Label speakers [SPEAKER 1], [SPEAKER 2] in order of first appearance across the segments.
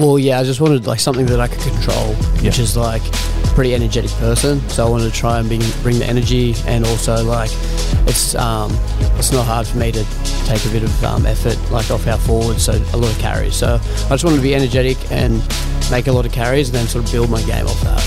[SPEAKER 1] Well, yeah, I just wanted like something that I could control, which is like pretty energetic person. So I wanted to try and bring, bring the energy, and also like it's um, it's not hard for me to take a bit of um, effort like off our forward, so a lot of carries. So I just wanted to be energetic and make a lot of carries, and then sort of build my game off that.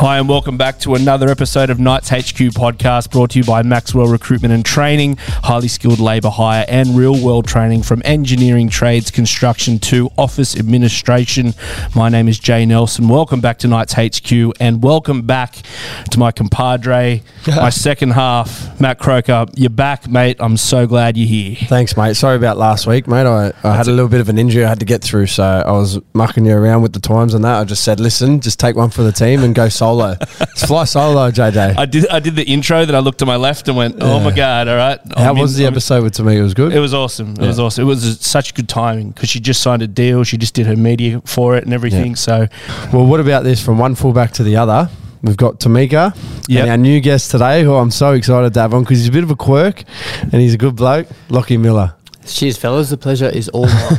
[SPEAKER 2] Hi, and welcome back to another episode of Knights HQ podcast brought to you by Maxwell Recruitment and Training, highly skilled labour hire and real world training from engineering, trades, construction to office administration. My name is Jay Nelson. Welcome back to Knights HQ and welcome back to my compadre, my second half, Matt Croker. You're back, mate. I'm so glad you're here.
[SPEAKER 3] Thanks, mate. Sorry about last week, mate. I, I had a little bit of an injury I had to get through, so I was mucking you around with the times and that. I just said, listen, just take one for the team and go solo. Just fly solo, JJ.
[SPEAKER 2] I did I did the intro, then I looked to my left and went, oh my God, all right.
[SPEAKER 3] How
[SPEAKER 2] I'm
[SPEAKER 3] was
[SPEAKER 2] in-
[SPEAKER 3] the
[SPEAKER 2] I'm-
[SPEAKER 3] episode with Tamika? It was good.
[SPEAKER 2] It was awesome. It was awesome. It was such good timing because she just signed a deal. She just did her media for it and everything. So,
[SPEAKER 3] well, what about this from one fullback to the other? We've got Tamika
[SPEAKER 2] Yep.
[SPEAKER 3] and our new guest today, who I'm so excited to have on because he's a bit of a quirk and he's a good bloke, Lockie Miller.
[SPEAKER 1] Cheers, fellas. The pleasure is all mine.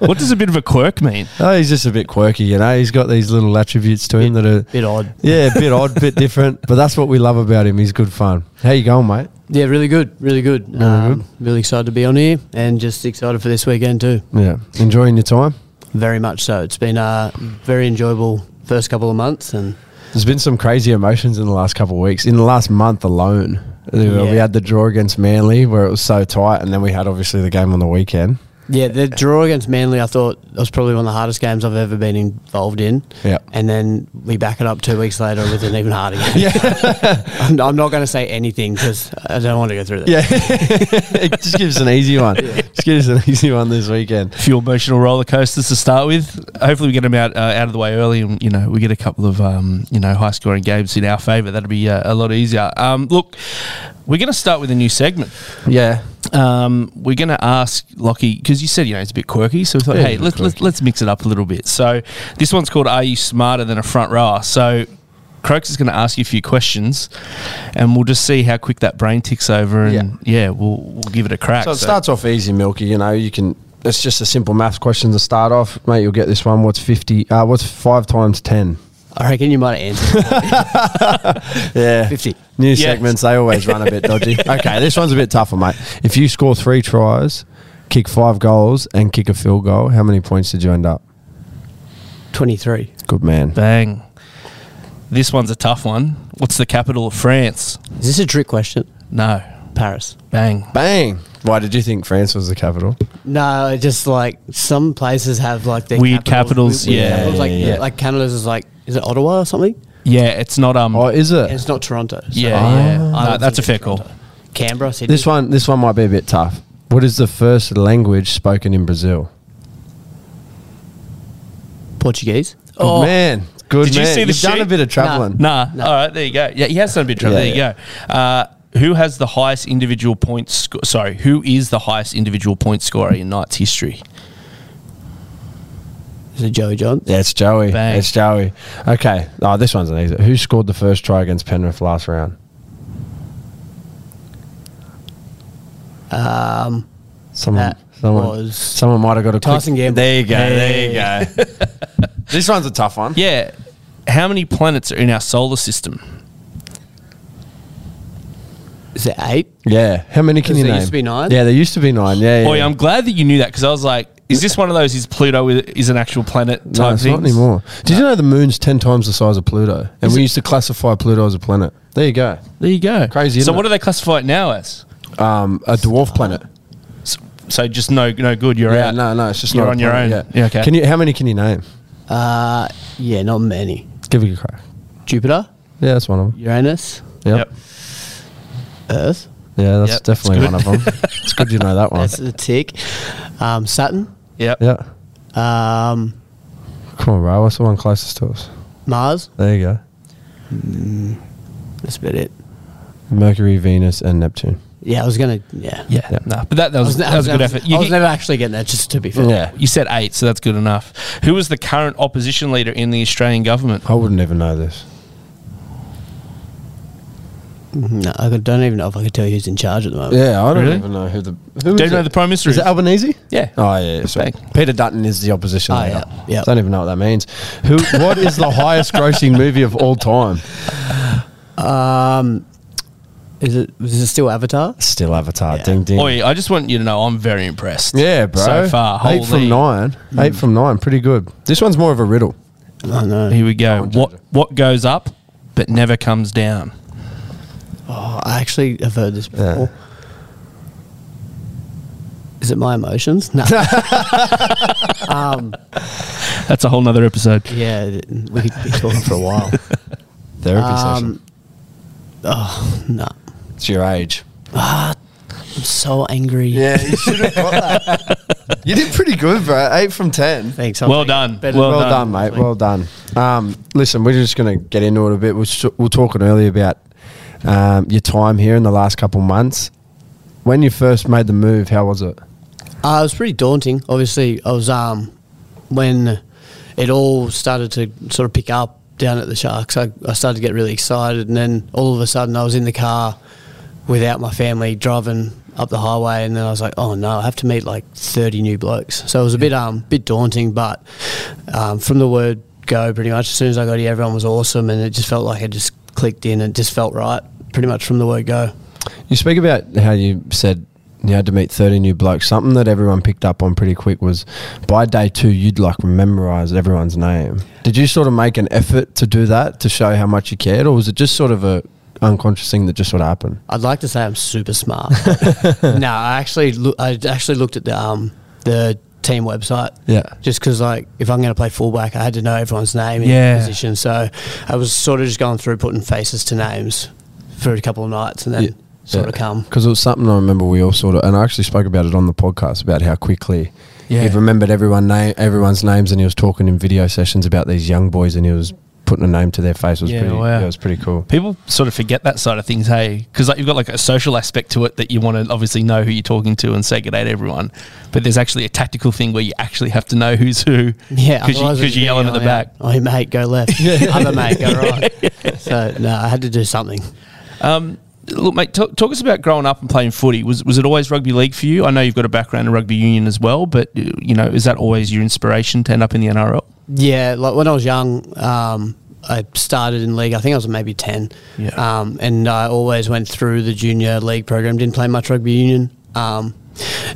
[SPEAKER 2] what does a bit of a quirk mean?
[SPEAKER 3] Oh, he's just a bit quirky, you know. He's got these little attributes to him that are,
[SPEAKER 1] bit odd.
[SPEAKER 3] yeah, a bit odd, bit different, but that's what we love about him. He's good fun. How you going, mate?
[SPEAKER 1] Yeah, really good, really good. Um, Really excited to be on here, and just excited for this weekend too.
[SPEAKER 3] Yeah, enjoying your time.
[SPEAKER 1] Very much so. It's been a very enjoyable first couple of months, and
[SPEAKER 3] There's been some crazy emotions in the last couple of weeks. In the last month alone, Uh, we
[SPEAKER 1] Yeah.
[SPEAKER 3] had the draw against Manly where it was so tight, and then we had obviously the game on the weekend.
[SPEAKER 1] yeah, the draw against Manly, I thought was probably one of the hardest games I've ever been involved in.
[SPEAKER 3] Yeah.
[SPEAKER 1] And then we back it up two weeks later with an even harder game. I'm, I'm not going to say anything because I don't want to go through that.
[SPEAKER 3] Yeah, it just gives us an easy one. Just gives us an easy one this weekend.
[SPEAKER 2] A few emotional roller coasters to start with. Hopefully, we get them out uh, out of the way early, and you know we get a couple of um, you know high scoring games in our favour. That'd be uh, a lot easier. Um, look, we're going to start with a new segment.
[SPEAKER 3] Yeah,
[SPEAKER 2] um, we're going to ask Lockie because you said you know it's a bit quirky, so we thought,
[SPEAKER 3] Yeah,
[SPEAKER 2] hey,
[SPEAKER 3] it's a bit
[SPEAKER 2] let's, let's let's mix it up a little bit. So this one's called "Are You Smarter Than a Front Rower?" So Croaks is going to ask you a few questions, and we'll just see how quick that brain ticks over, and yeah, we'll we'll give it a crack.
[SPEAKER 3] so it starts off easy, Milky. You know, you can. It's just a simple math question to start off, mate. You'll get this one. What's fifty? Uh, what's five times ten?
[SPEAKER 1] I reckon you might have answered
[SPEAKER 3] Yeah.
[SPEAKER 1] 50.
[SPEAKER 3] New
[SPEAKER 2] Yeah.
[SPEAKER 3] segments, they always run a bit dodgy. Okay, this one's a bit tougher, mate. If you score three tries, kick five goals, and kick a field goal, how many points did you end up?
[SPEAKER 1] 23.
[SPEAKER 3] Good man.
[SPEAKER 2] bang. This one's a tough one. What's the capital of France?
[SPEAKER 1] Is this a trick question?
[SPEAKER 2] No,
[SPEAKER 1] Paris.
[SPEAKER 2] bang.
[SPEAKER 3] Bang. Why did you think France was the capital?
[SPEAKER 1] No, it just like some places have like their
[SPEAKER 2] Weird capitals,
[SPEAKER 1] weird
[SPEAKER 2] yeah,
[SPEAKER 1] like
[SPEAKER 3] yeah, yeah.
[SPEAKER 1] like Canada's is like is it Ottawa or something?
[SPEAKER 2] Yeah, it's not um.
[SPEAKER 3] Oh, is
[SPEAKER 1] And
[SPEAKER 3] it?
[SPEAKER 1] it's not Toronto. so-
[SPEAKER 2] yeah,
[SPEAKER 3] Oh.
[SPEAKER 2] yeah.
[SPEAKER 1] I
[SPEAKER 2] No,
[SPEAKER 1] don't
[SPEAKER 2] that's a
[SPEAKER 1] think
[SPEAKER 2] fair
[SPEAKER 1] it's
[SPEAKER 2] call.
[SPEAKER 1] Toronto. Canberra, Sydney.
[SPEAKER 3] This one this one might be a bit tough. What is the first language spoken in Brazil?
[SPEAKER 1] Portuguese.
[SPEAKER 3] Good man. Good
[SPEAKER 2] Oh. Did you
[SPEAKER 3] man.
[SPEAKER 2] see the
[SPEAKER 3] You've done
[SPEAKER 2] sheet?
[SPEAKER 3] a bit of traveling.
[SPEAKER 2] Nah. All right, there you go. Yeah, he has done a bit of trouble.
[SPEAKER 3] Yeah,
[SPEAKER 2] there you go. Uh, who has the highest individual points? Sco- sorry, who is the highest individual point scorer in Knights history?
[SPEAKER 1] Is it Joey John?
[SPEAKER 3] Yeah, it's Joey.
[SPEAKER 2] Bang.
[SPEAKER 3] It's Joey. Okay. Oh, this one's an easy. Who scored the first try against Penrith last round?
[SPEAKER 1] Um,
[SPEAKER 3] Someone,
[SPEAKER 1] That
[SPEAKER 3] someone,
[SPEAKER 1] was-
[SPEAKER 3] someone might have got a
[SPEAKER 1] Tyson
[SPEAKER 3] quick,
[SPEAKER 1] Gamble.
[SPEAKER 3] There you go. There you go. this one's a tough one.
[SPEAKER 2] Yeah. How many planets are in our solar system?
[SPEAKER 1] is it eight?
[SPEAKER 3] Yeah. How many can
[SPEAKER 1] Because
[SPEAKER 3] you
[SPEAKER 1] there
[SPEAKER 3] name?
[SPEAKER 1] used to be nine?
[SPEAKER 3] Yeah, there used to be nine. Yeah. yeah.
[SPEAKER 2] Boy, I'm glad that you knew that because I was like, is this one of those? Is Pluto i- is an actual planet type
[SPEAKER 3] no, it's
[SPEAKER 2] thing?
[SPEAKER 3] not anymore. Did you know the moon's ten times the size of Pluto, and we used to classify Pluto as a planet? There you go.
[SPEAKER 2] There you go.
[SPEAKER 3] Crazy,
[SPEAKER 2] So,
[SPEAKER 3] isn't
[SPEAKER 2] what
[SPEAKER 3] it?
[SPEAKER 2] do they classify it now as?
[SPEAKER 3] Um, a dwarf planet.
[SPEAKER 2] So, so just no, no good. You're
[SPEAKER 3] Yeah.
[SPEAKER 2] out.
[SPEAKER 3] No, no, it's just
[SPEAKER 2] You're
[SPEAKER 3] not a
[SPEAKER 2] on your
[SPEAKER 3] planet,
[SPEAKER 2] own. Yeah, okay.
[SPEAKER 3] Can you? How many can you name?
[SPEAKER 1] Uh, yeah, not many.
[SPEAKER 3] Give it a crack.
[SPEAKER 1] Jupiter,
[SPEAKER 3] Yeah, that's one of them.
[SPEAKER 1] Uranus,
[SPEAKER 3] Yep.
[SPEAKER 2] Yep.
[SPEAKER 1] Earth.
[SPEAKER 3] Yeah, that's
[SPEAKER 2] Yep, that's
[SPEAKER 3] definitely
[SPEAKER 2] good.
[SPEAKER 3] one of them. it's good you know that one.
[SPEAKER 1] That's a tick. Um, Saturn,
[SPEAKER 2] Yep.
[SPEAKER 3] yeah.
[SPEAKER 1] um,
[SPEAKER 3] Come on, bro. What's the one closest to us?
[SPEAKER 1] Mars.
[SPEAKER 3] There you go.
[SPEAKER 1] That's about it.
[SPEAKER 3] Mercury, Venus, and Neptune.
[SPEAKER 1] Yeah, I was gonna. Yeah,
[SPEAKER 2] Yeah.
[SPEAKER 3] Yep.
[SPEAKER 2] Nah, but that, that
[SPEAKER 1] I
[SPEAKER 2] was,
[SPEAKER 1] ne-
[SPEAKER 2] that was a good
[SPEAKER 1] never-
[SPEAKER 2] effort. You
[SPEAKER 1] I was
[SPEAKER 2] hit-
[SPEAKER 1] never actually getting that. Just to be fair.
[SPEAKER 3] Yeah.
[SPEAKER 2] You said eight, so that's good enough. Who was the current opposition leader in the Australian government?
[SPEAKER 3] I wouldn't even know this.
[SPEAKER 1] No, I could- don't even know if I could tell you who's in charge at the moment.
[SPEAKER 3] Yeah, I don't
[SPEAKER 2] Really?
[SPEAKER 3] even know who the. Who
[SPEAKER 2] Do
[SPEAKER 3] is
[SPEAKER 2] you know
[SPEAKER 3] it?
[SPEAKER 2] the Prime Minister?
[SPEAKER 3] Is it Albanese?
[SPEAKER 2] yeah. Ah,
[SPEAKER 3] Oh yeah, sweet.
[SPEAKER 2] Bang.
[SPEAKER 3] Peter Dutton is the opposition
[SPEAKER 1] Oh,
[SPEAKER 3] leader.
[SPEAKER 1] yeah, yeah.
[SPEAKER 3] I don't even know what that means. Who? What is the highest grossing movie of all time?
[SPEAKER 1] Um, is it is it still Avatar?
[SPEAKER 3] Still Avatar.
[SPEAKER 1] Yeah.
[SPEAKER 3] Ding ding.
[SPEAKER 2] Oi, I just want you to know I'm very impressed.
[SPEAKER 3] Yeah, bro.
[SPEAKER 2] So far,
[SPEAKER 3] eight from
[SPEAKER 2] holy-
[SPEAKER 3] nine. Eight from nine. Pretty good. This one's more of a riddle.
[SPEAKER 1] I know.
[SPEAKER 2] Here we go.
[SPEAKER 3] on,
[SPEAKER 2] What
[SPEAKER 3] Jojo.
[SPEAKER 2] what goes up but never comes down?
[SPEAKER 1] Oh, I actually have heard this before.
[SPEAKER 3] Yeah.
[SPEAKER 1] Is it my emotions? No. um,
[SPEAKER 2] That's a whole nother episode.
[SPEAKER 1] yeah, we could be talking for a while.
[SPEAKER 3] Therapy
[SPEAKER 1] Um,
[SPEAKER 3] session.
[SPEAKER 1] oh no,
[SPEAKER 3] It's your age.
[SPEAKER 1] I'm so angry.
[SPEAKER 3] Yeah, you should have got that. you did pretty good, bro. Eight from ten.
[SPEAKER 1] Thanks.
[SPEAKER 2] Well
[SPEAKER 1] take it.
[SPEAKER 2] done.
[SPEAKER 1] Better-
[SPEAKER 2] Well
[SPEAKER 3] Well, done. mate. Well done. Um, listen, we're just going to get into it a bit. We are we are talking earlier about um, your time here in the last couple months. When you first made the move, how was it?
[SPEAKER 1] Uh, it was pretty daunting. Obviously, I was um, when it all started to sort of pick up down at the Sharks. I, I started to get really excited, and then all of a sudden, I was in the car without my family driving up the highway, and then I was like, "Oh no, I have to meet like thirty new blokes." So it was a bit um bit daunting, but um, from the word go, pretty much as soon as I got here, everyone was awesome, and it just felt like it just clicked in and just felt right, pretty much from the word go.
[SPEAKER 3] You speak about how you said you had to meet 30 new blokes. Something that everyone picked up on pretty quick was by day two, you'd like memorize everyone's name. Did you sort of make an effort to do that to show how much you cared, or was it just sort of a unconscious thing that just sort of happened?
[SPEAKER 1] I'd like to say I'm super smart. no, I actually loo- I actually looked at the um, the team website.
[SPEAKER 3] Yeah.
[SPEAKER 1] Just because, like, if I'm going to play fullback, I had to know everyone's name and
[SPEAKER 2] Yeah.
[SPEAKER 1] position. So I was sort of just going through putting faces to names for a couple of nights, and then
[SPEAKER 3] Yeah.
[SPEAKER 1] sort of come.
[SPEAKER 3] Because it was something I remember we all sort of, and I actually spoke about it on the podcast about how quickly
[SPEAKER 2] Yeah.
[SPEAKER 3] he remembered everyone name, everyone's names, and he was talking in video sessions about these young boys, and he was putting a name to their face. It was
[SPEAKER 2] Yeah,
[SPEAKER 3] pretty,
[SPEAKER 2] wow.
[SPEAKER 3] yeah, it was pretty cool.
[SPEAKER 2] People sort of forget that side of things, hey, because like you've got like a social aspect to it that you want to obviously know who you're talking to and segregate everyone, but there's actually a tactical thing where you actually have to know who's who,
[SPEAKER 1] Yeah,
[SPEAKER 2] because you,
[SPEAKER 1] otherwise it'd
[SPEAKER 2] are
[SPEAKER 1] be
[SPEAKER 2] yelling at the
[SPEAKER 1] out.
[SPEAKER 2] back.
[SPEAKER 1] Oh, mate, go left. Other mate, go right. So no, I had to do something.
[SPEAKER 2] Um, look, mate, talk, talk us about growing up and playing footy. Was was it always rugby league for you? I know you've got a background in rugby union as well, but uh, you know, is that always your inspiration to end up in the NRL?
[SPEAKER 1] Yeah, like when I was young, um, I started in league. I think I was maybe ten,
[SPEAKER 2] Yeah.
[SPEAKER 1] um, and I always went through the junior league program. Didn't play much rugby union, um,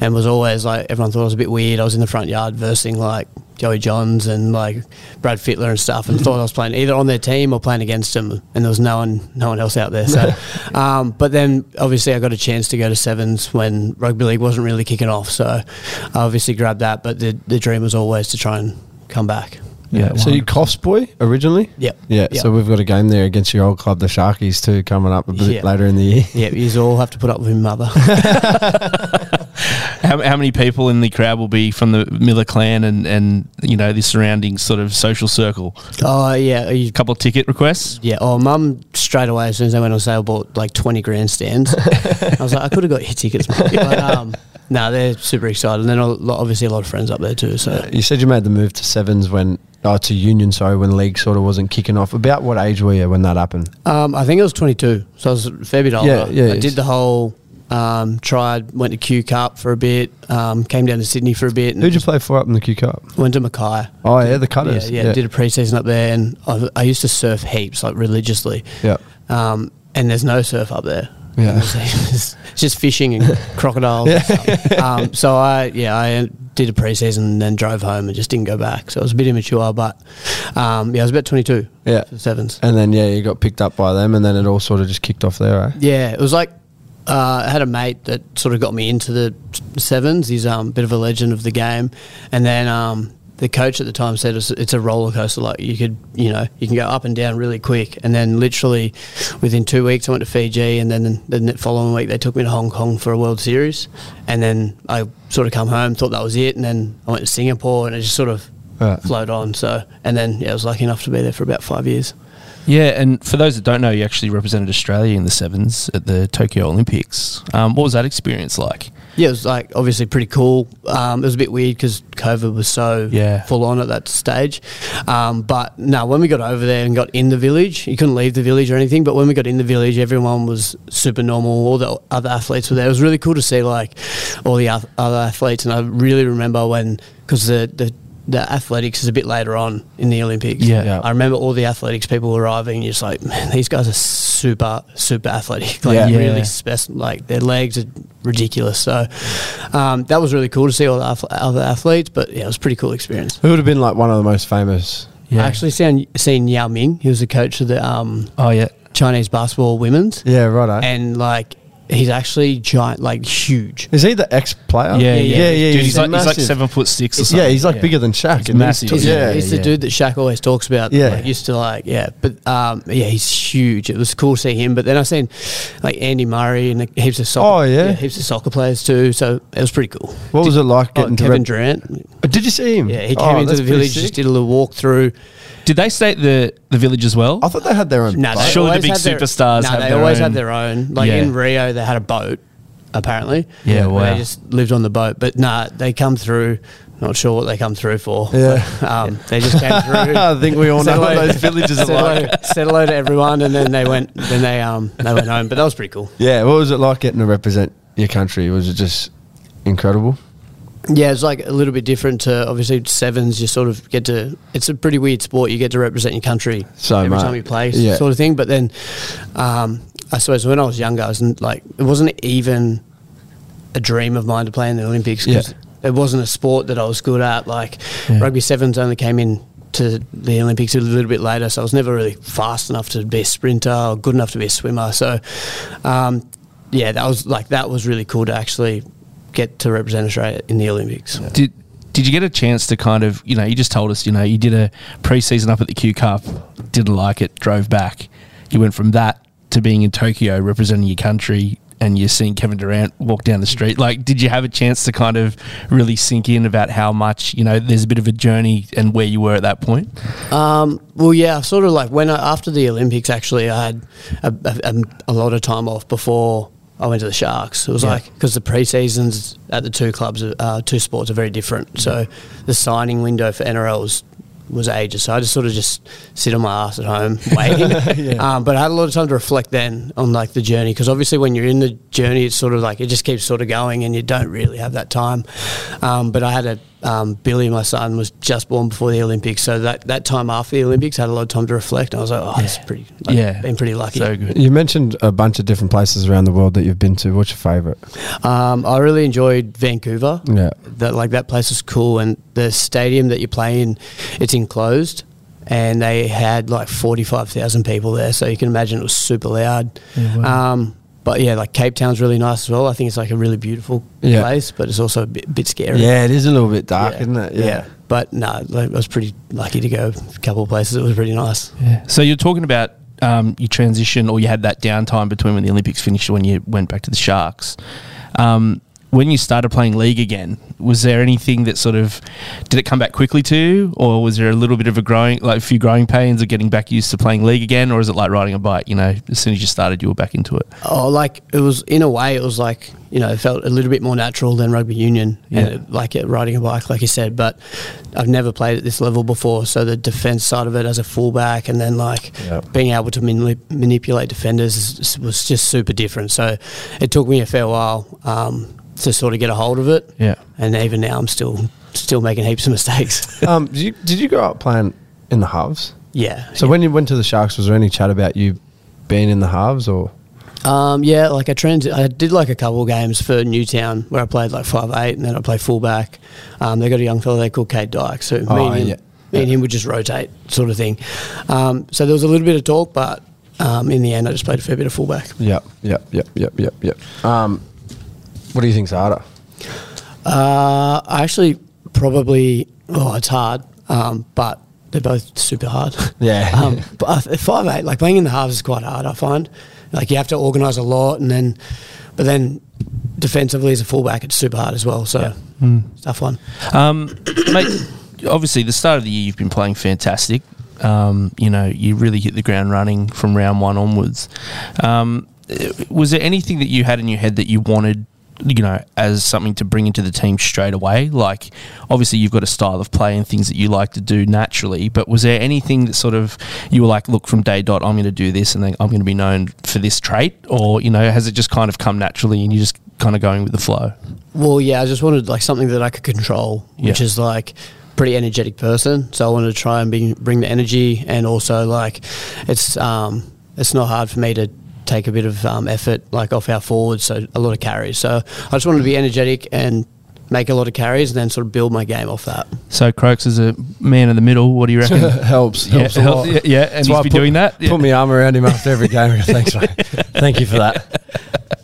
[SPEAKER 1] and was always like everyone thought I was a bit weird. I was in the front yard versing like Joey Johns and like Brad Fittler and stuff, and thought I was playing either on their team or playing against them. And there was no one, no one else out there. So, um, but then obviously I got a chance to go to sevens when rugby league wasn't really kicking off. So, I obviously grabbed that. But the the dream was always to try and come back.
[SPEAKER 2] Yeah,
[SPEAKER 3] So you Coffs boy originally?
[SPEAKER 1] Yep.
[SPEAKER 3] Yeah.
[SPEAKER 1] Yep.
[SPEAKER 3] So we've got a game there against your old club, the Sharkies, too, coming up a bit
[SPEAKER 1] Yeah.
[SPEAKER 3] later in the year.
[SPEAKER 1] Yeah, you all have to put up with your mother.
[SPEAKER 2] How, how many people in the crowd will be from the Miller clan and, and you know the surrounding sort of social circle?
[SPEAKER 1] oh yeah, you,
[SPEAKER 2] A couple of ticket requests.
[SPEAKER 1] yeah. Oh, mum straight away as soon as I went on sale bought like twenty grandstands. I was like, I could have got your tickets, mate. but um, no, they're super excited, and then a lot- obviously a lot of friends up there too. So
[SPEAKER 3] Uh, You said you made the move to sevens when, oh, to union, sorry, when league sort of wasn't kicking off. About what age were you when that happened?
[SPEAKER 1] um, I think I was twenty two, so I was a fair bit older.
[SPEAKER 3] Yeah, yeah,
[SPEAKER 1] I
[SPEAKER 3] yes.
[SPEAKER 1] did the whole um, tried, went to Q Cup for a bit, um, came down to Sydney for a bit, and
[SPEAKER 3] Who'd you play for up in the Q Cup?
[SPEAKER 1] went to Mackay.
[SPEAKER 3] Oh, yeah, the Cutters.
[SPEAKER 1] Yeah, yeah, did a preseason up there, and I, I used to surf heaps, like religiously.
[SPEAKER 3] Yeah.
[SPEAKER 1] Um, and there's no surf up there.
[SPEAKER 3] Yeah.
[SPEAKER 1] it's just fishing and crocodiles. and stuff. um, so I, yeah, I did a preseason and then drove home and just didn't go back. So I was a bit immature, but um, yeah, I was about 22
[SPEAKER 3] Yeah.
[SPEAKER 1] for sevens.
[SPEAKER 3] And then, yeah, you got picked up by them, and then it all sort of just kicked off there, eh?
[SPEAKER 1] Yeah, it was like uh, I had a mate that sort of got me into the sevens. He's um, a bit of a legend of the game, and then um, the coach at the time said it's, it's a roller coaster. Like you could, you know, you can go up and down really quick. And then literally within two weeks, I went to Fiji, and then the the following week they took me to Hong Kong for a World Series, and then I sort of come home, thought that was it, and then I went to Singapore, and it just sort of.
[SPEAKER 3] Right.
[SPEAKER 1] Flowed on, so and then yeah, I was lucky enough to be there for about five years.
[SPEAKER 2] Yeah, and for those that don't know, you actually represented Australia in the sevens at the Tokyo Olympics. Um, what was that experience like?
[SPEAKER 1] Yeah, it was like obviously pretty cool. Um, it was a bit weird because COVID was so
[SPEAKER 2] Yeah.
[SPEAKER 1] full on at that stage. Um, but no, when we got over there and got in the village, you couldn't leave the village or anything. But when we got in the village, everyone was super normal. All the other athletes were there. It was really cool to see like all the oth- other athletes. And I really remember when because the, the the athletics is a bit later on in the Olympics.
[SPEAKER 2] Yeah. Yeah.
[SPEAKER 1] I remember all the athletics people arriving. And you're just like, man, these guys are super, super athletic. Like
[SPEAKER 3] Yeah.
[SPEAKER 2] Yeah.
[SPEAKER 1] really spec- like their legs are ridiculous. So um, that was really cool to see all the ath- other athletes, but yeah, it was a pretty cool experience.
[SPEAKER 3] Who would have been like one of the most famous?
[SPEAKER 2] Yeah.
[SPEAKER 1] I actually seen, seen Yao Ming, he was the coach of the um,
[SPEAKER 2] Oh yeah.
[SPEAKER 1] Chinese basketball women's,
[SPEAKER 3] Yeah, right. eh?
[SPEAKER 1] and like he's actually giant, like huge.
[SPEAKER 3] Is he the ex player?
[SPEAKER 2] Yeah, yeah,
[SPEAKER 3] yeah.
[SPEAKER 2] Dude, he's, like he's like
[SPEAKER 3] massive.
[SPEAKER 2] seven foot six or something.
[SPEAKER 3] Yeah, he's like bigger than Shaq.
[SPEAKER 2] He's
[SPEAKER 3] and
[SPEAKER 2] massive.
[SPEAKER 3] t-
[SPEAKER 1] He's,
[SPEAKER 3] yeah,
[SPEAKER 1] he's
[SPEAKER 3] yeah.
[SPEAKER 1] the dude that Shaq always talks about.
[SPEAKER 3] Yeah.
[SPEAKER 1] like, used to like, yeah, but um, yeah, he's huge. It was cool to see him. But then I seen like Andy Murray and like, heaps of soccer,
[SPEAKER 3] Oh, yeah.
[SPEAKER 1] heaps of soccer players too. So it was pretty cool.
[SPEAKER 3] What was it like
[SPEAKER 1] Oh,
[SPEAKER 3] getting to
[SPEAKER 1] Kevin
[SPEAKER 3] rep-
[SPEAKER 1] Durant,
[SPEAKER 3] Oh, Did you see him?
[SPEAKER 1] yeah, he
[SPEAKER 3] Oh,
[SPEAKER 1] came into
[SPEAKER 3] that's
[SPEAKER 1] the
[SPEAKER 3] pretty
[SPEAKER 1] village,
[SPEAKER 3] sick.
[SPEAKER 1] just did a little walk through.
[SPEAKER 2] Did they state the the village as well?
[SPEAKER 3] I thought they had their own.
[SPEAKER 1] No, they
[SPEAKER 2] Surely the
[SPEAKER 1] always
[SPEAKER 2] big
[SPEAKER 1] had their-
[SPEAKER 2] superstars
[SPEAKER 1] No,
[SPEAKER 2] have
[SPEAKER 1] they
[SPEAKER 2] their
[SPEAKER 1] always
[SPEAKER 2] own-
[SPEAKER 1] had their own. Like
[SPEAKER 2] Yeah.
[SPEAKER 1] in Rio, they had a boat. Apparently,
[SPEAKER 2] Yeah,
[SPEAKER 1] And
[SPEAKER 2] wow.
[SPEAKER 1] They just lived on the boat, but nah, they come through. Not sure what they come through for.
[SPEAKER 3] Yeah.
[SPEAKER 1] but, um, they just came through.
[SPEAKER 3] I think we all
[SPEAKER 1] Said
[SPEAKER 3] know what
[SPEAKER 1] hello-
[SPEAKER 3] those villages
[SPEAKER 1] said
[SPEAKER 3] are
[SPEAKER 1] hello-
[SPEAKER 3] like.
[SPEAKER 1] Said hello to everyone, and then they went. Then they um they went home. But that was pretty cool.
[SPEAKER 3] Yeah, what was it like getting to represent your country? Was it just incredible?
[SPEAKER 1] Yeah, it's like a little bit different to obviously sevens. You sort of get to. It's a pretty weird sport. You get to represent your country
[SPEAKER 3] So
[SPEAKER 1] every
[SPEAKER 3] much.
[SPEAKER 1] time you play,
[SPEAKER 3] Yeah.
[SPEAKER 1] sort of thing. But then, um, I suppose when I was younger, I wasn't like it wasn't even a dream of mine to play in the Olympics because it wasn't a sport that I was good at. Like rugby sevens only came in to the Olympics a little bit later, so I was never really fast enough to be a sprinter or good enough to be a swimmer. So, um, yeah, that was like that was really cool to actually get to represent Australia in the Olympics.
[SPEAKER 2] did did you get a chance to kind of you know you just told us you know you did a preseason up at the Q Cup, didn't like it, drove back. You went from that to being in Tokyo representing your country. And you're seeing Kevin Durant walk down the street. Like, did you have a chance to kind of really sink in about how much, you know, there's a bit of a journey and where you were at that point?
[SPEAKER 1] Um, well, yeah, I've sort of like when I, after the Olympics, actually, I had a, a, a- a lot of time off before I went to the Sharks. It was
[SPEAKER 2] Yeah.
[SPEAKER 1] like 'cause like because the pre seasons at the two clubs, are- uh, two sports are very
[SPEAKER 2] Mm-hmm.
[SPEAKER 1] different. So the signing window for NRLs was ages. So I just sort of just sit on my ass at home waiting. um, but I had a lot of time to reflect then on like the journey because obviously when you're in the journey, it's sort of like it just keeps sort of going and you don't really have that time. Um, but I had a um, Billy, my son, was just born before the Olympics, so that that time after the Olympics, I had a lot of time to reflect. I was like, oh, it's pretty, like,
[SPEAKER 2] Yeah.
[SPEAKER 1] been pretty lucky.
[SPEAKER 2] So good.
[SPEAKER 3] You mentioned a bunch of different places around the world that you've been to. What's your favourite?
[SPEAKER 1] Um, I really enjoyed Vancouver.
[SPEAKER 3] Yeah.
[SPEAKER 1] That like that place is cool, and the stadium that you play in, it's enclosed, and they had like forty five thousand people there, so you can imagine it was super loud.
[SPEAKER 2] Yeah, wow.
[SPEAKER 1] um, but yeah, like Cape Town's really nice as well. I think it's like a really beautiful
[SPEAKER 3] Yeah.
[SPEAKER 1] place, but it's also a bit, bit scary.
[SPEAKER 3] Yeah, it is a little bit dark,
[SPEAKER 1] Yeah.
[SPEAKER 3] isn't it?
[SPEAKER 1] But no, like, I was pretty lucky to go a couple of places. It was pretty nice.
[SPEAKER 2] Yeah. So you're talking about um, you transition or you had that downtime between when the Olympics finished and when you went back to the Sharks. Um, when you started playing league again, was there anything that sort of did it come back quickly to you, or was there a little bit of a growing, like a few growing pains of getting back used to playing league again, or is it like riding a bike? You know, as soon as you started, you were back into it.
[SPEAKER 1] Oh, like it was in a way, it was like you know, it felt a little bit more natural than rugby union, and
[SPEAKER 2] Yeah.
[SPEAKER 1] it, like it, riding a bike, like you said. But I've never played at this level before, so the defense side of it as a fullback, and then like
[SPEAKER 3] Yeah.
[SPEAKER 1] being able to mani- manipulate defenders is- was just super different. So it took me a fair while um, to sort of get a hold of it.
[SPEAKER 2] Yeah.
[SPEAKER 1] and even now I'm still still making heaps of mistakes.
[SPEAKER 3] Um, did, you, did you grow up playing in the halves?
[SPEAKER 1] yeah.
[SPEAKER 3] So when you went to the Sharks, was there any chat about you being in the halves or?
[SPEAKER 1] Um, yeah, like I trans- I did like a couple of games for Newtown where I played like five eight, and then I played fullback. Um, they got a young fella they called Kate Dykes, so me
[SPEAKER 3] Oh,
[SPEAKER 1] and him,
[SPEAKER 3] yeah.
[SPEAKER 1] me and him would just rotate, sort of thing. Um, so there was a little bit of talk, but um, in the end, I just played a fair bit of fullback.
[SPEAKER 3] Yep, yep, yep, yep, yep, yep. Um, what do you think's harder?
[SPEAKER 1] Uh, I actually probably oh, it's hard, um, but they're both super hard.
[SPEAKER 3] Yeah.
[SPEAKER 1] um, but I th- five eight, like playing in the halves is quite hard. I find like you have to organise a lot, and then but then defensively as a fullback, it's super hard as well. So it's a tough one.
[SPEAKER 2] Um, mate, obviously, the start of the year you've been playing fantastic. Um, you know, you really hit the ground running from round one onwards. Um, eh, was there anything that you had in your head that you wanted you know, as something to bring into the team straight away? Like, obviously, you've got a style of play and things that you like to do naturally, but was there anything that sort of you were like, look, from day dot, I'm going to do this and then I'm going to be known for this trait? Or, you know, has it just kind of come naturally and you're just kind of going with the flow?
[SPEAKER 1] Well, yeah, I just wanted like something that I could control, which
[SPEAKER 2] Yeah.
[SPEAKER 1] is like pretty energetic person. So I wanted to try and bring bring the energy, and also like it's um it's not hard for me to take a bit of um, effort like off our forwards, so a lot of carries. So I just wanted to be energetic and make a lot of carries, and then sort of build my game off that.
[SPEAKER 2] So, Croaks is a man in the middle. What do you reckon?
[SPEAKER 3] helps.
[SPEAKER 2] yeah,
[SPEAKER 3] helps a
[SPEAKER 2] help-
[SPEAKER 3] lot.
[SPEAKER 2] yeah, yeah, and
[SPEAKER 3] That's why
[SPEAKER 2] he's
[SPEAKER 3] I
[SPEAKER 2] been
[SPEAKER 3] put-
[SPEAKER 2] doing that. Yeah.
[SPEAKER 3] Put my arm around him after every game. Thanks, mate. Thank you for that.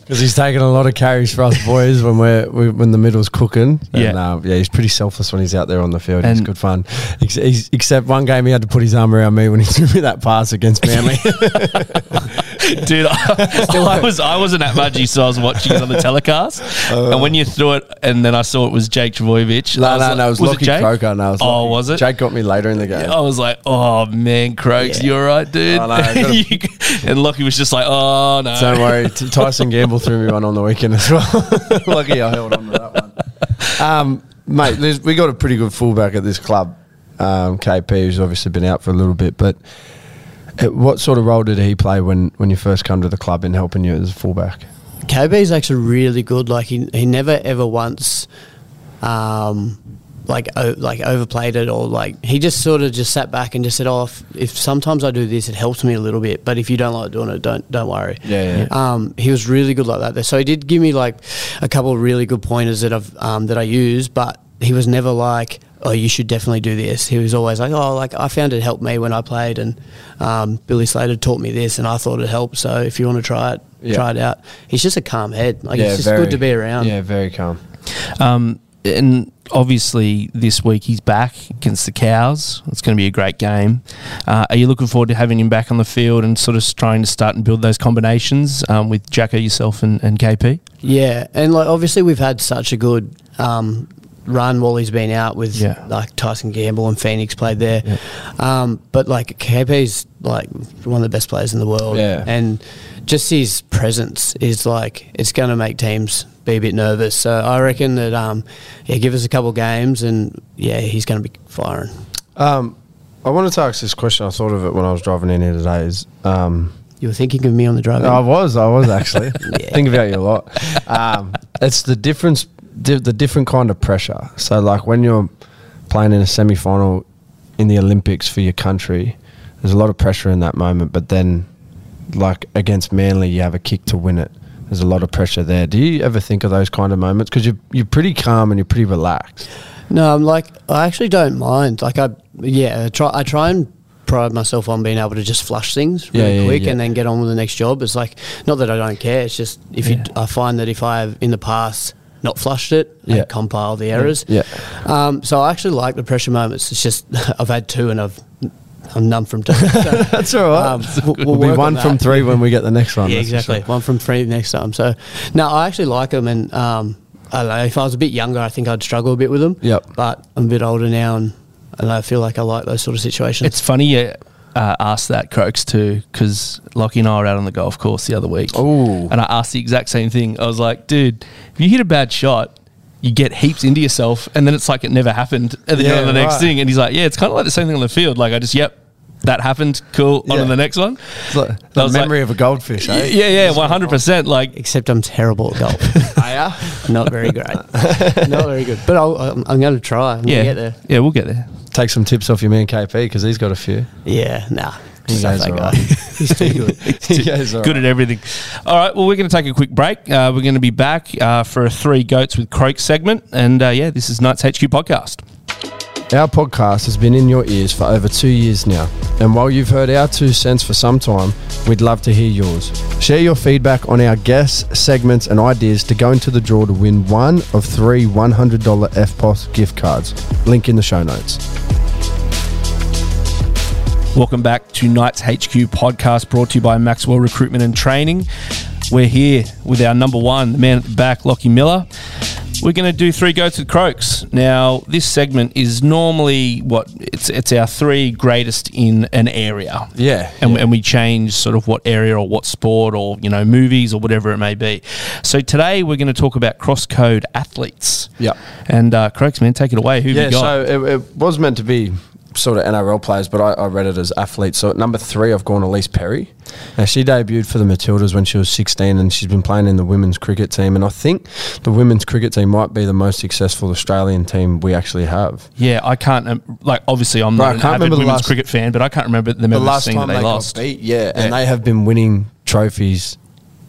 [SPEAKER 3] Because he's taking a lot of carries for us boys when we're we, when the middle's cooking. And,
[SPEAKER 2] Yeah.
[SPEAKER 3] uh, yeah. He's pretty selfless when he's out there on the field. It's
[SPEAKER 2] And-
[SPEAKER 3] good fun. Ex- he's, except one game he had to put his arm around me when he threw me that pass against Manly.
[SPEAKER 2] Dude, I, I was I wasn't at Mudgee, so I was watching it on the telecast. and when you threw it, and then I saw it was Jake Travojevic. I
[SPEAKER 3] Uh, no,
[SPEAKER 2] was
[SPEAKER 3] no,
[SPEAKER 2] like-
[SPEAKER 3] no. It was, Lockie
[SPEAKER 2] Jake?
[SPEAKER 3] Croker. No, it was
[SPEAKER 2] Oh,
[SPEAKER 3] Lockie.
[SPEAKER 2] was it?
[SPEAKER 3] Jake got me later in the game.
[SPEAKER 2] I was like, oh man, Croaks,
[SPEAKER 1] Yeah.
[SPEAKER 2] you all right, dude?
[SPEAKER 3] I know, I gotta-
[SPEAKER 2] You- and Lockie was just like, oh no.
[SPEAKER 3] Don't worry. T- Tyson Gamble threw me one on the weekend as well. Lucky I held on to that one. Um, mate, there's, we got a pretty good fullback at this club. Um, KP, who's obviously been out for a little bit, but uh, what sort of role did he play when, when you first come to the club in helping you as a fullback?
[SPEAKER 1] KB is actually really good. Like he, he never ever once, um, like o- like overplayed it or like he just sort of just sat back and just said, "Oh, if, if sometimes I do this, it helps me a little bit. But if you don't like doing it, don't don't worry."
[SPEAKER 3] Yeah, yeah.
[SPEAKER 1] Um, he was really good like that. So he did give me like a couple of really good pointers that I've um, that I use, but he was never like. Oh, you should definitely do this. He was always like, "Oh, like I found it helped me when I played, and um, Billy Slater taught me this, and I thought it helped. So if you want to try it,
[SPEAKER 3] Yeah.
[SPEAKER 1] try it out. He's just a calm head. Like it's just good to be around.
[SPEAKER 3] Yeah, very calm.
[SPEAKER 2] Um, and obviously, this week he's back against the Cows. It's going to be a great game. Uh, are you looking forward to having him back on the field and sort of trying to start and build those combinations um, with Jacko, yourself, and, and KP?
[SPEAKER 1] Yeah, and like obviously we've had such a good um, run while he's been out with
[SPEAKER 2] Yeah.
[SPEAKER 1] like Tyson Gamble and Phoenix played there, um, but like KP's like one of the best players in the world,
[SPEAKER 3] Yeah.
[SPEAKER 1] and just his presence is like it's going to make teams be a bit nervous. So I reckon that um, yeah, give us a couple games and yeah, he's going to be firing.
[SPEAKER 3] Um, I wanted to ask this question. I thought of it when I was driving in here today. Is um,
[SPEAKER 1] You were thinking of me on the drive.
[SPEAKER 3] I was, I was actually.
[SPEAKER 1] Yeah.
[SPEAKER 3] Think about you a lot. Um, it's the difference, di- the different kind of pressure. So, like when you're playing in a semi final in the Olympics for your country, there's a lot of pressure in that moment. But then, like against Manly, you have a kick to win it. There's a lot of pressure there. Do you ever think of those kind of moments? Because you're, you're pretty calm and you're pretty relaxed.
[SPEAKER 1] No, I'm like I actually don't mind. Like I yeah, I try I try and pride myself on being able to just flush things really
[SPEAKER 3] Yeah, yeah,
[SPEAKER 1] quick
[SPEAKER 3] yeah.
[SPEAKER 1] and then get on with the next job. It's like not that I don't care. It's just if you I find that if I have in the past not flushed it,
[SPEAKER 3] Yeah.
[SPEAKER 1] I compile the errors.
[SPEAKER 3] Yeah.
[SPEAKER 1] Um, so I actually like the pressure moments. It's just I've had two and I've I'm numb from two. So,
[SPEAKER 3] That's all right.
[SPEAKER 1] um, we'll,
[SPEAKER 3] we'll
[SPEAKER 1] work
[SPEAKER 3] be
[SPEAKER 1] on
[SPEAKER 3] one
[SPEAKER 1] that.
[SPEAKER 3] from three when we get the next one.
[SPEAKER 1] Yeah,
[SPEAKER 3] that's for
[SPEAKER 1] exactly.
[SPEAKER 3] sure.
[SPEAKER 1] One from three next time. So, no, I actually like them, and um, I don't know. If I was a bit younger, I think I'd struggle a bit with them.
[SPEAKER 3] Yep.
[SPEAKER 1] But I'm a bit older now, and, and I feel like I like those sort of situations.
[SPEAKER 2] It's funny you uh, asked that, Croaks, too, because Lockie and I were out on the golf course the other week.
[SPEAKER 3] Ooh.
[SPEAKER 2] And I asked the exact same thing. I was like, dude, if you hit a bad shot, you get heaps into yourself, and then it's like it never happened. And then you're
[SPEAKER 3] Yeah,
[SPEAKER 2] on the next
[SPEAKER 3] right.
[SPEAKER 2] thing. And he's like, yeah, it's kind of like the same thing on the field. Like, I just, yep, that happened. Cool. On
[SPEAKER 3] Yeah.
[SPEAKER 2] to the next one.
[SPEAKER 3] It's like
[SPEAKER 2] I
[SPEAKER 3] the
[SPEAKER 2] was like-
[SPEAKER 3] memory of a goldfish, eh?
[SPEAKER 2] Yeah, yeah, 100%. Like,
[SPEAKER 1] Except I'm terrible at golf. Not very great. Not very good. But I'll, I'm, I'm going to try. I'm
[SPEAKER 2] yeah.
[SPEAKER 1] Gonna get there.
[SPEAKER 2] Yeah, we'll get there.
[SPEAKER 3] Take some tips off your man KP because he's got a few.
[SPEAKER 1] Yeah. Nah.
[SPEAKER 3] He
[SPEAKER 1] Just like
[SPEAKER 3] goes
[SPEAKER 1] that
[SPEAKER 3] all
[SPEAKER 1] guy.
[SPEAKER 3] right.
[SPEAKER 1] He's too good.
[SPEAKER 2] Too- good at everything. All right, well, we're going to take a quick break. Uh, we're going to be back uh, for a Three Goats with Croak segment. And uh, yeah, this is Knights HQ podcast.
[SPEAKER 3] Our podcast has been in your ears for over two years now, and while you've heard our two cents for some time, we'd love to hear yours. Share your feedback on our guests, segments, and ideas to go into the draw to win one of three $100 FPOS gift cards. Link in the show notes.
[SPEAKER 2] Welcome back to Knights HQ podcast brought to you by Maxwell Recruitment and Training. We're here with our number one, the man at the back, Lockie Miller. We're going to do three goats with croaks. Now, this segment is normally what it's it's our three greatest in an area.
[SPEAKER 3] Yeah,
[SPEAKER 2] And,
[SPEAKER 3] yeah.
[SPEAKER 2] and we change sort of what area or what sport or you know movies or whatever it may be. So today we're going to talk about cross code athletes.
[SPEAKER 3] Yep.
[SPEAKER 2] And uh, Croaks, man, take it away. Who have
[SPEAKER 3] Yeah,
[SPEAKER 2] you got?
[SPEAKER 3] so it, it was meant to be sort of NRL players, but I, I read it as athletes. So at number three, I've gone Elise Perry. Now, she debuted for the Matildas when she was 16, and she's been playing in the women's cricket team. And I think the women's cricket team might be the most successful Australian team we actually have.
[SPEAKER 2] yeah, I can't um, like obviously I'm
[SPEAKER 3] Bro, I
[SPEAKER 2] not an
[SPEAKER 3] can't
[SPEAKER 2] avid
[SPEAKER 3] remember the
[SPEAKER 2] women's
[SPEAKER 3] last-
[SPEAKER 2] cricket fan, but I can't remember them
[SPEAKER 3] The
[SPEAKER 2] ever
[SPEAKER 3] last
[SPEAKER 2] seeing
[SPEAKER 3] time
[SPEAKER 2] that
[SPEAKER 3] they,
[SPEAKER 2] they,
[SPEAKER 3] got
[SPEAKER 2] lost.
[SPEAKER 3] beat, yeah,
[SPEAKER 2] Yeah.
[SPEAKER 3] and they have been winning trophies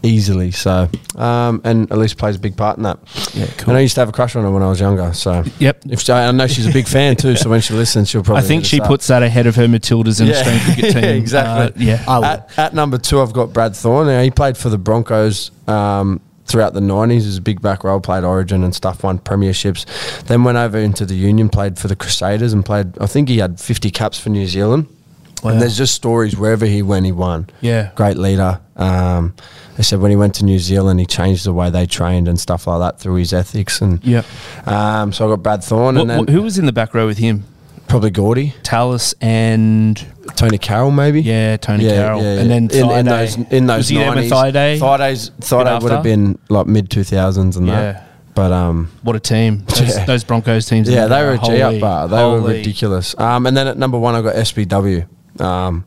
[SPEAKER 3] easily. So, um, and Elise plays a big part in that.
[SPEAKER 2] Yeah,
[SPEAKER 3] And I used to have a crush on her when I was younger. So,
[SPEAKER 2] Yep.
[SPEAKER 3] If she, I know she's a big fan too. So when she listens, she'll
[SPEAKER 2] I
[SPEAKER 3] probably.
[SPEAKER 2] think
[SPEAKER 3] hit
[SPEAKER 2] she
[SPEAKER 3] us up.
[SPEAKER 2] puts that ahead of her Matildas and Australian cricket team.
[SPEAKER 3] Yeah, exactly.
[SPEAKER 2] Uh, yeah.
[SPEAKER 1] I would.
[SPEAKER 3] At, at number two, I've got Brad Thorne. Now, he played for the Broncos um, throughout the 90s. He was a big back role, played Origin and stuff, won premierships. Then went over into the Union, played for the Crusaders, and played, I think he had 50 caps for New Zealand.
[SPEAKER 2] Wow.
[SPEAKER 3] And there's just stories wherever he went, he won.
[SPEAKER 2] Yeah.
[SPEAKER 3] Great leader. Um, they said when he went to New Zealand, he changed the way they trained and stuff like that through his ethics. And
[SPEAKER 2] Yep.
[SPEAKER 3] um, so I got Brad Thorne
[SPEAKER 2] What,
[SPEAKER 3] and then
[SPEAKER 2] what- who was in the back row with him?
[SPEAKER 3] probably Gordy,
[SPEAKER 2] Talis and
[SPEAKER 3] Tony Carroll, maybe.
[SPEAKER 2] yeah, Tony Carroll, and then
[SPEAKER 3] in, in
[SPEAKER 2] Thaiday.
[SPEAKER 3] those in those
[SPEAKER 2] was he there with
[SPEAKER 3] 90s.
[SPEAKER 2] Thaiday?
[SPEAKER 3] Thaidays Thaiday would
[SPEAKER 2] after?
[SPEAKER 3] have been like mid two thousands and
[SPEAKER 2] Yeah.
[SPEAKER 3] that. But um,
[SPEAKER 2] What a team! Those,
[SPEAKER 3] Yeah.
[SPEAKER 2] those Broncos teams.
[SPEAKER 3] yeah,
[SPEAKER 2] in
[SPEAKER 3] they
[SPEAKER 2] there,
[SPEAKER 3] were a G
[SPEAKER 2] holy-
[SPEAKER 3] up bar. They were
[SPEAKER 2] holy-
[SPEAKER 3] ridiculous. Um, and then at number one, I got SBW. Um,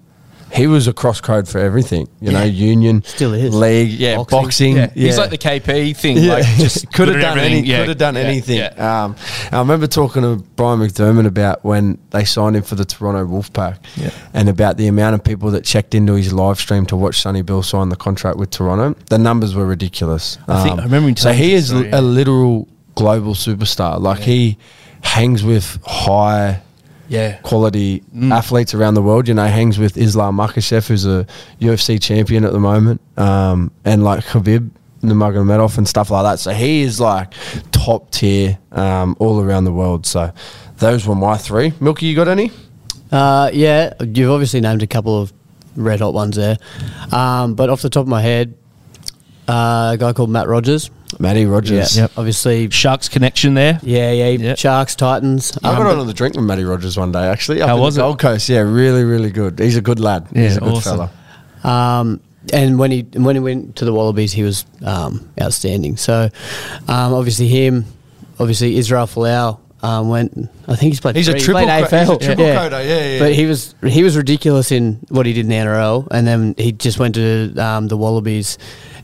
[SPEAKER 3] he was a cross code for everything. You know, union
[SPEAKER 1] Still is.
[SPEAKER 3] league. Yeah,
[SPEAKER 1] Boxing.
[SPEAKER 3] boxing.
[SPEAKER 2] Yeah.
[SPEAKER 3] Yeah.
[SPEAKER 2] he's like the KP thing. Like just
[SPEAKER 3] could
[SPEAKER 2] good
[SPEAKER 3] have
[SPEAKER 2] at
[SPEAKER 3] done
[SPEAKER 2] everything.
[SPEAKER 3] any,
[SPEAKER 2] Yeah,
[SPEAKER 3] could have done
[SPEAKER 2] yeah,
[SPEAKER 3] anything.
[SPEAKER 2] yeah.
[SPEAKER 3] Um, I remember talking to Brian McDermott about when they signed him for the Toronto Wolfpack,
[SPEAKER 2] Yeah.
[SPEAKER 3] and about the amount of people that checked into his live stream to watch Sonny Bill sign the contract with Toronto. The numbers were ridiculous. Um,
[SPEAKER 2] I think- I remember him
[SPEAKER 3] so
[SPEAKER 2] telling
[SPEAKER 3] he
[SPEAKER 2] us
[SPEAKER 3] is
[SPEAKER 2] that,
[SPEAKER 3] l-
[SPEAKER 2] yeah.
[SPEAKER 3] a literal global superstar. Like he hangs with high
[SPEAKER 2] Yeah.
[SPEAKER 3] quality athletes around the world. You know, hangs with Islam Makhachev, who's a UFC champion at the moment, um, and like Khabib Nurmagomedov and stuff like that. So he is like top tier um, all around the world. So those were my three. Milky, you got any?
[SPEAKER 1] Uh, yeah, you've obviously named a couple of red hot ones there, um, but off the top of my head, uh, a guy called Matt Rogers.
[SPEAKER 3] Matty Rogers.
[SPEAKER 1] Yeah, obviously.
[SPEAKER 2] Sharks connection there.
[SPEAKER 1] Yeah, yeah,
[SPEAKER 2] Yep.
[SPEAKER 1] Sharks, Titans.
[SPEAKER 3] I
[SPEAKER 1] um,
[SPEAKER 3] got on on the drink with Matty Rogers one day, actually. Up
[SPEAKER 2] How
[SPEAKER 3] in
[SPEAKER 2] was it?
[SPEAKER 3] the Gold Coast, yeah, really, really good. He's a good lad. He's
[SPEAKER 2] Yeah,
[SPEAKER 3] a good
[SPEAKER 2] awesome.
[SPEAKER 3] fella.
[SPEAKER 1] Um, and when he when he went to the Wallabies, he was um, outstanding. So um, obviously him, obviously Israel Folau um, went. I think he's played.
[SPEAKER 3] He's a
[SPEAKER 1] three- he
[SPEAKER 3] triple
[SPEAKER 1] played
[SPEAKER 3] co-
[SPEAKER 1] AFL.
[SPEAKER 3] he's a triple coder, yeah, yeah,
[SPEAKER 1] But
[SPEAKER 3] yeah.
[SPEAKER 1] he was he was ridiculous in what he did in the NRL, and then he just went to um, the Wallabies,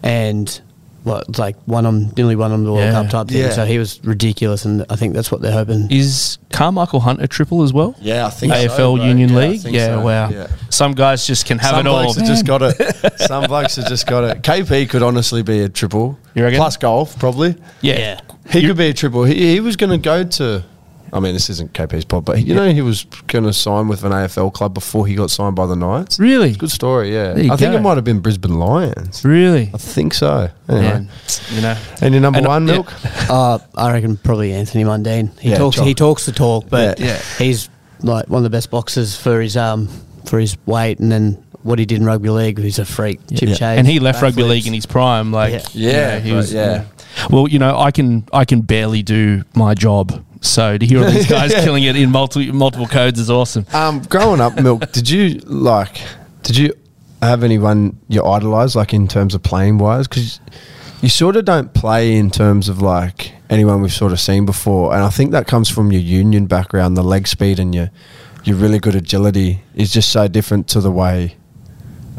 [SPEAKER 1] and. What like won them nearly won them the World
[SPEAKER 2] Yeah.
[SPEAKER 1] Cup type thing.
[SPEAKER 3] Yeah.
[SPEAKER 1] So he was ridiculous, and I think that's what they're hoping.
[SPEAKER 2] Is Carmichael Hunt a triple as well?
[SPEAKER 3] Yeah, I think so,
[SPEAKER 2] AFL
[SPEAKER 3] bro.
[SPEAKER 2] Union
[SPEAKER 3] Yeah, I
[SPEAKER 2] League.
[SPEAKER 3] think
[SPEAKER 2] Yeah,
[SPEAKER 3] so.
[SPEAKER 2] wow.
[SPEAKER 3] Yeah.
[SPEAKER 2] Some guys just can have it
[SPEAKER 3] Some
[SPEAKER 2] all.
[SPEAKER 3] blokes have just got it. Some blokes have just got it. KP could honestly be a triple.
[SPEAKER 2] You reckon?
[SPEAKER 3] Plus golf, probably.
[SPEAKER 2] yeah.
[SPEAKER 3] He could be a triple. He, he was going to go to. I mean, this isn't KP's pod, but you know he was going to sign with an AFL club before he got signed by the Knights.
[SPEAKER 2] Really?
[SPEAKER 3] Good story, yeah.
[SPEAKER 2] There you
[SPEAKER 3] I think
[SPEAKER 2] go.
[SPEAKER 3] it might have been Brisbane Lions.
[SPEAKER 2] Really?
[SPEAKER 3] I think so. Anyway.
[SPEAKER 2] Man, you know.
[SPEAKER 3] And your number
[SPEAKER 2] And, uh,
[SPEAKER 3] one,
[SPEAKER 2] yeah.
[SPEAKER 3] Milk?
[SPEAKER 1] Uh, I reckon probably Anthony Mundine. He
[SPEAKER 3] Yeah,
[SPEAKER 1] talks.
[SPEAKER 3] Jock.
[SPEAKER 1] He talks the talk, but
[SPEAKER 3] Yeah.
[SPEAKER 2] Yeah.
[SPEAKER 1] he's like one of the best boxers for his um for his weight, and then what he did in rugby league. He's a freak. Chip
[SPEAKER 3] Yeah.
[SPEAKER 1] change,
[SPEAKER 2] And he left rugby league in his prime. Like,
[SPEAKER 1] Yeah.
[SPEAKER 2] you know,
[SPEAKER 3] Yeah,
[SPEAKER 2] he
[SPEAKER 3] but
[SPEAKER 2] was.
[SPEAKER 3] yeah.
[SPEAKER 2] Well, you know, I can I can barely do my job. So to hear all these guys killing it in multiple multiple codes is awesome.
[SPEAKER 3] Um, growing up, Milk, did you like? Did you have anyone you idolised, like in terms of playing wise? Because you sort of don't play in terms of like anyone we've sort of seen before, and I think that comes from your union background, the leg speed, and your your really good agility is just so different to the way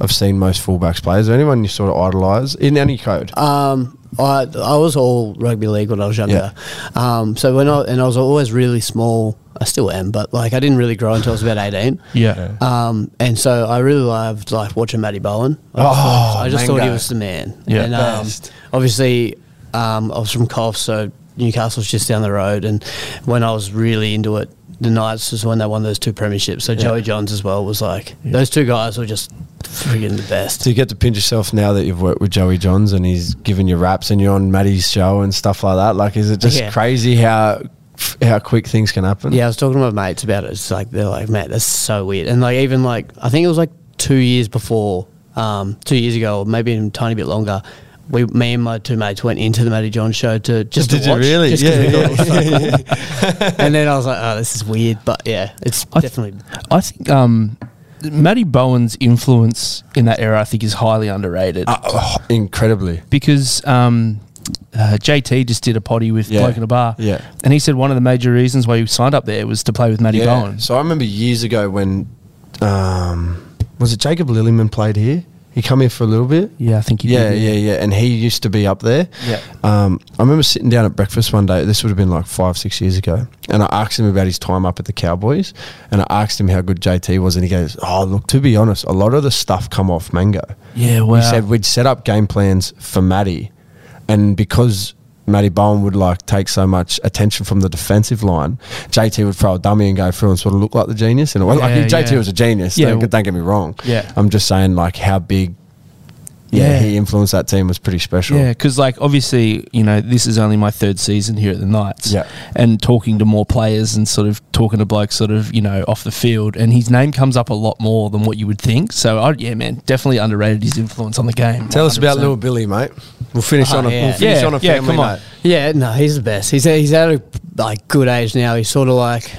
[SPEAKER 3] I've seen most fullbacks play. Is there anyone you sort of idolise in any code?
[SPEAKER 1] Um, I I was all rugby league when I was younger. Um, so when I and I was always really small. I still am, but like I didn't really grow until I was about eighteen.
[SPEAKER 2] Yeah.
[SPEAKER 1] Um, and so I really loved like watching Matty Bowen. I just, thought, I just thought he
[SPEAKER 3] Oh, mango.
[SPEAKER 1] was the man.
[SPEAKER 2] Yeah.
[SPEAKER 1] And, um,
[SPEAKER 3] Best.
[SPEAKER 1] obviously, um, I was from Colf, so Newcastle's just down the road. And when I was really into it, the Knights was when they won those two premierships. So Joey Johns as well was like those two guys were just friggin' the best.
[SPEAKER 3] Do you get to pinch yourself now that you've worked with Joey Johns and he's given you raps and you're on Maddie's show and stuff like that? Like, is it just
[SPEAKER 1] Yeah.
[SPEAKER 3] crazy how how quick things can happen?
[SPEAKER 1] Yeah, I was talking to my mates about it. It's like they're like, mate, that's so weird. And like even like I think it was like two years before, um, two years ago, or maybe even a tiny bit longer. we, me and my two mates went into the Matty John show to just
[SPEAKER 4] Did
[SPEAKER 1] to
[SPEAKER 4] you
[SPEAKER 1] watch,
[SPEAKER 4] really?
[SPEAKER 1] just 'cause
[SPEAKER 4] Yeah,
[SPEAKER 1] we thought
[SPEAKER 4] yeah,
[SPEAKER 1] it was so cool. and then I was like, oh, this is weird, but yeah, it's
[SPEAKER 2] I th-
[SPEAKER 1] definitely
[SPEAKER 2] I think um, Matty Bowen's influence in that era, I think, is highly underrated
[SPEAKER 3] Uh, oh, incredibly.
[SPEAKER 2] because um, uh, JT just did a potty with
[SPEAKER 3] Yeah.
[SPEAKER 2] Bloke in a Bar,
[SPEAKER 3] Yeah.
[SPEAKER 2] and he said one of the major reasons why he signed up there was to play with Matty
[SPEAKER 3] yeah.
[SPEAKER 2] Bowen.
[SPEAKER 3] So I remember years ago when, um, was it Jacob Lilliman played here? He come here for a little bit.
[SPEAKER 2] Yeah, I think he
[SPEAKER 3] Yeah,
[SPEAKER 2] did.
[SPEAKER 3] yeah, yeah. And he used to be up there.
[SPEAKER 2] Yeah.
[SPEAKER 3] Um, I remember sitting down at breakfast one day. This would have been like five, six years ago. And I asked him about his time up at the Cowboys. And I asked him how good JT was. And he goes, Oh, look, to be honest, a lot of the stuff come off Mango.
[SPEAKER 2] Yeah, wow.
[SPEAKER 3] He said, We'd set up game plans for Matty. And because Matty Bowen would like take so much attention from the defensive line, JT would throw a dummy and go through and sort of look like the genius. And like,
[SPEAKER 2] Yeah,
[SPEAKER 3] JT
[SPEAKER 2] yeah.
[SPEAKER 3] was a genius.
[SPEAKER 2] Yeah,
[SPEAKER 3] don't,
[SPEAKER 2] well-
[SPEAKER 3] don't get me wrong.
[SPEAKER 2] Yeah.
[SPEAKER 3] I'm just saying, like, how big yeah,
[SPEAKER 2] Yeah.
[SPEAKER 3] he influenced that team was pretty special.
[SPEAKER 2] Yeah, because like obviously, you know, this is only my third season here at the Knights.
[SPEAKER 3] Yeah.
[SPEAKER 2] And talking to more players and sort of talking to blokes sort of, you know, off the field. And his name comes up a lot more than what you would think. So, I, yeah, man, definitely underrated his influence on the game.
[SPEAKER 3] Tell us about
[SPEAKER 2] 100%.
[SPEAKER 3] little Billy, mate. We'll finish
[SPEAKER 1] Oh,
[SPEAKER 3] on a
[SPEAKER 1] yeah.
[SPEAKER 3] we'll finish
[SPEAKER 2] Yeah,
[SPEAKER 3] on a
[SPEAKER 2] yeah,
[SPEAKER 3] family
[SPEAKER 2] come on.
[SPEAKER 3] note.
[SPEAKER 1] Yeah, no, he's the best. He's he's at a like good age now. He's sort of like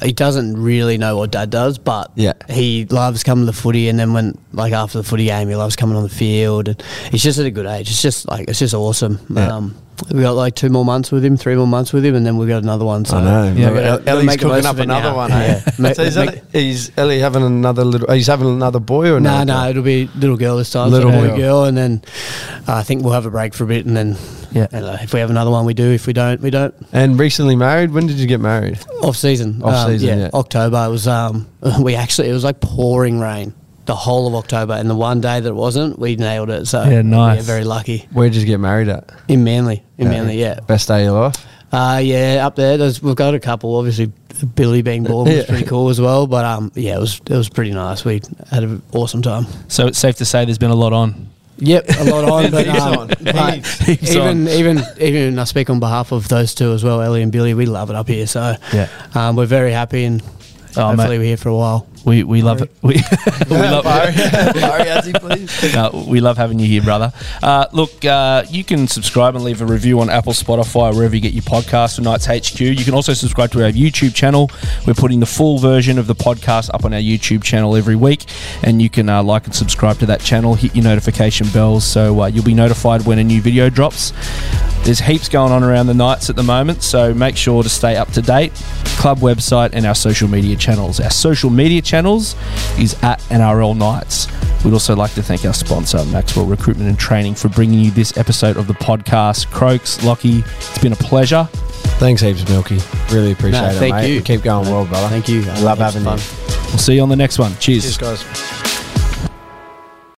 [SPEAKER 1] he doesn't really know what dad does, but
[SPEAKER 3] Yeah.
[SPEAKER 1] he loves coming to the footy. And then when like after the footy game, he loves coming on the field. And he's just at a good age. It's just like it's just awesome.
[SPEAKER 3] Yeah.
[SPEAKER 1] Um, we got like two more months with him, three more months with him, and then we got another one. So
[SPEAKER 3] I know.
[SPEAKER 2] Yeah,
[SPEAKER 3] Yeah,
[SPEAKER 2] but
[SPEAKER 3] Ellie's
[SPEAKER 1] make the
[SPEAKER 3] cooking
[SPEAKER 1] most
[SPEAKER 3] up
[SPEAKER 1] of it
[SPEAKER 3] another
[SPEAKER 1] now.
[SPEAKER 3] one.
[SPEAKER 1] Yeah.
[SPEAKER 3] eh?
[SPEAKER 1] Ma-
[SPEAKER 3] so is,
[SPEAKER 1] make-
[SPEAKER 3] Ellie, is Ellie having another little? He's having another boy or
[SPEAKER 1] No,
[SPEAKER 3] another
[SPEAKER 1] no,
[SPEAKER 3] girl?
[SPEAKER 1] it'll be little girl this time.
[SPEAKER 3] Little
[SPEAKER 1] Little boy,
[SPEAKER 3] girl.
[SPEAKER 1] girl. and then uh, I think we'll have a break for a bit, and then
[SPEAKER 2] Yeah.
[SPEAKER 1] and, uh, if we have another one, we do. If we don't, we don't.
[SPEAKER 3] And recently married. When did you get married?
[SPEAKER 1] Off season.
[SPEAKER 3] Off
[SPEAKER 1] um,
[SPEAKER 3] season,
[SPEAKER 1] yeah,
[SPEAKER 3] yeah.
[SPEAKER 1] October. It was um we actually it was like pouring rain the whole of October and the one day that it wasn't, we nailed it. So
[SPEAKER 2] Yeah, nice.
[SPEAKER 1] very lucky.
[SPEAKER 3] Where did you get married at?
[SPEAKER 1] In Manly. In Manly, yeah.
[SPEAKER 3] Best day of your life.
[SPEAKER 1] Uh yeah, up there there's we've got a couple, obviously Billy being born was
[SPEAKER 3] Yeah.
[SPEAKER 1] pretty cool as well. But um yeah, it was it was pretty nice. We had an awesome time.
[SPEAKER 2] So, it's safe to say there's been a lot on.
[SPEAKER 1] Yep, a lot on, but,
[SPEAKER 3] Heaps
[SPEAKER 1] um,
[SPEAKER 3] on.
[SPEAKER 1] but
[SPEAKER 2] Heaps
[SPEAKER 1] even even even I speak on behalf of those two as well, Ellie and Billy. We love it up here, so
[SPEAKER 2] Yeah.
[SPEAKER 1] um, we're very happy and
[SPEAKER 2] Oh, mate.
[SPEAKER 1] hopefully we're here for a while.
[SPEAKER 2] We, we love it. We, we love
[SPEAKER 3] please.
[SPEAKER 2] No, we love having you here, brother. Uh, look, uh, you can subscribe and leave a review on Apple, Spotify, wherever you get your podcast for Knights HQ. You can also subscribe to our YouTube channel. We're putting the full version of the podcast up on our YouTube channel every week, and you can uh, like and subscribe to that channel. Hit your notification bells so uh, you'll be notified when a new video drops. There's heaps going on around the Knights at the moment, so make sure to stay up to date. Club website and our social media channels. Our social media channels is at NRL Knights. We'd also like to thank our sponsor, Maxwell Recruitment and Training, for bringing you this episode of the podcast. Croaks, Lockie, it's been a pleasure.
[SPEAKER 3] Thanks heaps, Milky. Really appreciate
[SPEAKER 1] No,
[SPEAKER 3] it,
[SPEAKER 1] thank
[SPEAKER 3] mate.
[SPEAKER 1] you.
[SPEAKER 3] Keep going well, brother.
[SPEAKER 1] Thank you.
[SPEAKER 3] Love
[SPEAKER 1] Heaps of
[SPEAKER 3] having you.
[SPEAKER 1] fun.
[SPEAKER 2] We'll see you on the next one. Cheers.
[SPEAKER 3] Cheers, guys.